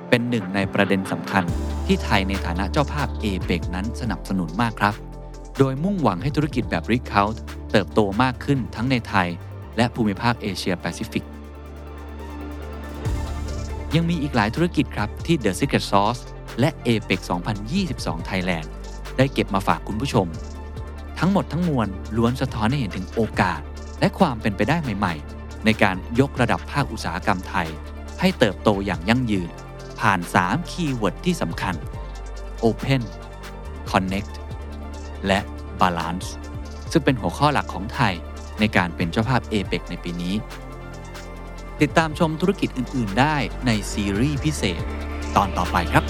S5: เป็นหนึ่งในประเด็นสำคัญ ที่ไทยในฐานะเจ้าภาพเอเปกนั้นสนับสนุนมากครับ โดยมุ่งหวังให้ธุรกิจแบบริคเคาท์เติบโตมากขึ้นทั้งในไทย และภูมิภาคเอเชียแปซิฟิก ยังมีอีกหลายธุรกิจครับ ที่ The Secret Sauce และ a p e x 2022 Thailand ได้เก็บมาฝากคุณผู้ชม ทั้งหมดทั้งมวลล้วนสะท้อนให้เห็นถึงโอกาส และความเป็นไปได้ใหม่ๆ ในการยกระดับภาคอุตสาหกรรมไทย ให้เติบโตอย่างยั่งยืน ผ่าน 3 คีย์เวิร์ดที่สำคัญ Open Connect และ Balance ซึ่งเป็นหัวข้อหลักของไทยใน ในการเป็นเจ้าภาพ a p e c ในปีนี้ ติดตามชมธุรกิจอื่น ๆ ได้ในซีรีส์พิเศษตอนต่อไปครับ